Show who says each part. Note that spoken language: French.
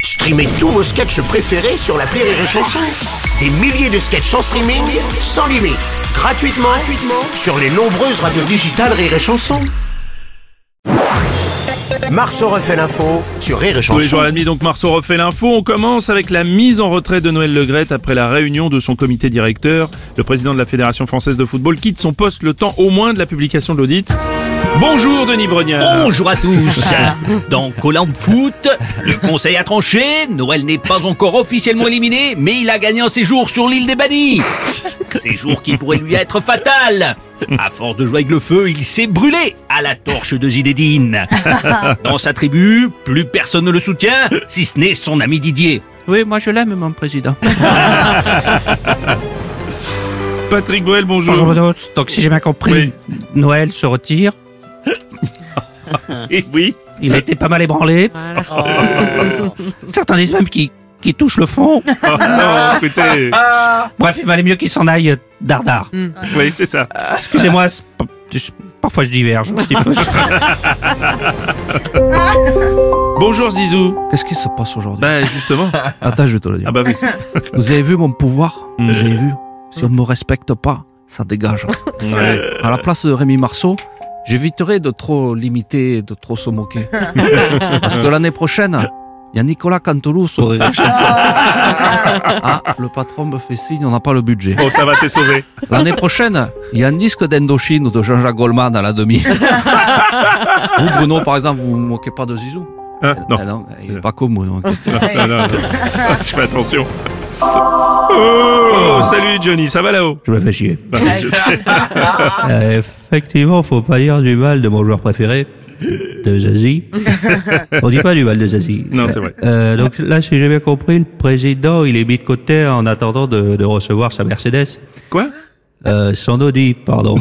Speaker 1: Streamez tous vos sketchs préférés sur la Rire et Chanson. Des milliers de sketchs en streaming, sans limite, gratuitement, gratuitement sur les nombreuses radios digitales Rire et Chanson. Marceau refait l'info sur Rire et
Speaker 2: Tous
Speaker 1: Chanson.
Speaker 2: les jours à la nuit, donc Marceau refait l'info. On commence avec la mise en retraite de Noël Legrette après la réunion de son comité directeur. Le président de la Fédération française de football quitte son poste le temps au moins de la publication de l'audit. Bonjour Denis Brognard.
Speaker 3: Bonjour à tous
Speaker 4: Ah.
Speaker 3: Dans Colin Foot, le conseil a tranché, Noël n'est pas encore officiellement éliminé, mais il a gagné un séjour sur l'île des Bannis Séjour qui pourrait lui être fatal À force de jouer avec le feu, il s'est brûlé à la torche de Zinedine Dans sa tribu, plus personne ne le soutient, si ce n'est son ami Didier
Speaker 4: Oui, moi je l'aime, mon président.
Speaker 2: Patrick Bruel, bonjour.
Speaker 4: Bonjour à tous. Donc, si j'ai bien compris,
Speaker 2: Oui.
Speaker 4: Noël se retire.
Speaker 2: Et Eh oui.
Speaker 4: Il a été pas mal ébranlé. Oh. Certains disent même qu'il qu'il touche le fond.
Speaker 2: Oh, non, écoutez.
Speaker 4: Bref, il valait mieux qu'il s'en aille euh, dardard.
Speaker 2: Oui, c'est ça.
Speaker 4: Excusez-moi, c'est pas- je- parfois je diverge un petit peu.
Speaker 2: Bonjour Zizou.
Speaker 5: Qu'est-ce qui se passe aujourd'hui
Speaker 2: Bah justement.
Speaker 5: Attends, je vais te le dire.
Speaker 2: Ah bah oui.
Speaker 5: Vous avez vu mon pouvoir
Speaker 4: Euh,
Speaker 2: Mm.
Speaker 5: Vous avez vu Si on me respecte pas, ça dégage.
Speaker 2: Ouais.
Speaker 5: À la place de Rémi Marceau, j'éviterai de trop limiter et de trop se moquer. Parce que l'année prochaine, il y a Nicolas Canteloup sur Rire et Chanson. Ah, le patron me fait signe, on n'a pas le budget.
Speaker 2: Oh ça va, t'es sauvé.
Speaker 5: L'année prochaine, il y a un disque d'Indochine ou de Jean-Jacques Goldman à la demi. vous, Bruno, par exemple, vous vous moquez pas de Zizou
Speaker 2: Hein non.
Speaker 5: Ah non, il est pas comme Bruno. qu'est-ce que-
Speaker 2: Non, non, non, non. Je fais attention. Oh, salut Johnny, ça va là-haut
Speaker 4: Je me fais chier.
Speaker 2: Non, mais Ah je sais.
Speaker 4: Euh, effectivement, faut pas dire du mal de mon joueur préféré, de Zazie. On dit pas du mal de Zazie.
Speaker 2: Non, c'est vrai.
Speaker 4: Euh, donc là, si j'ai bien compris, le président, il est mis de côté en attendant de, de recevoir sa Mercedes.
Speaker 2: Quoi
Speaker 4: Euh, son Audi, pardon.